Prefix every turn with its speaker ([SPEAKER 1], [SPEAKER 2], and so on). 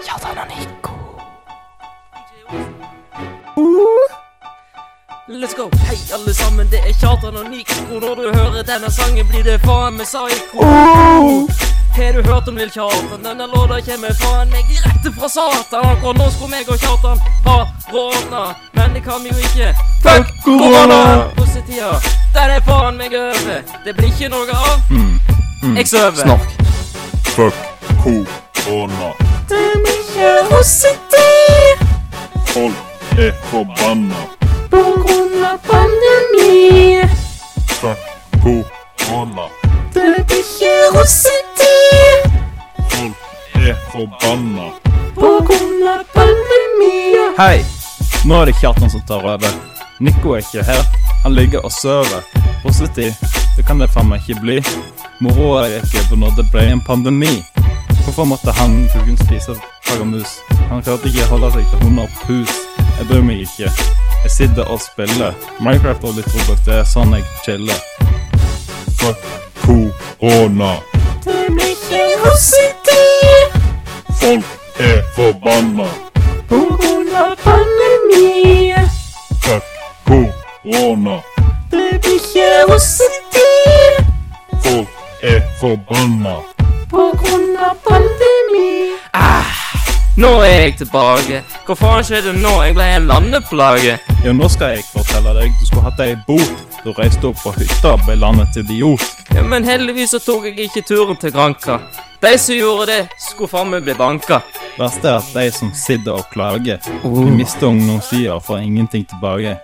[SPEAKER 1] Nico. Let's go. Hei, alle sammen, det er Kjartan og Nico. Når du hører denne sangen, blir det faen meg psycho. Har du hørt om Lill Kjartan? Denne låta kommer faen meg direkte fra Satan. Akkurat nå skulle meg og Kjartan ha råna, men det kan vi jo ikke. Fuck korona! Russetida, den er faen meg over. Det blir ikke noe av. Jeg sover.
[SPEAKER 2] Snork.
[SPEAKER 3] Fuck korona. Folk er forbanna. Fuck korona. Folk er forbanna.
[SPEAKER 2] Hei! Nå er det Kjartan som tar over. Nico er ikke her. Han ligger og sover. Russetid, det kan det faen meg ikke bli. Moroa er ikke for når det ble en pandemi. Hvorfor måtte han fuglen spise flaggermus? Han klarte ikke å holde seg til hunder og pus. Jeg bryr meg ikke. Jeg sitter og spiller. Minecraft og litt Roblox, det er sånn jeg chiller.
[SPEAKER 3] Fuck korona. Folk er forbanna. Fuck korona. Folk er forbanna.
[SPEAKER 1] Nå er jeg tilbake. Hva faen skjedde nå? Jeg ble en landeplage.
[SPEAKER 2] Ja, nå skal jeg fortelle deg. Du skulle hatt ei bot. Du reiste opp fra hytta og ble landet til idiot.
[SPEAKER 1] Ja, men heldigvis så tok jeg ikke turen til Granka. De som gjorde det, skulle faen meg bli banka.
[SPEAKER 2] Verst er at de som sitter og klager, de mister ungdomstida og får ingenting tilbake.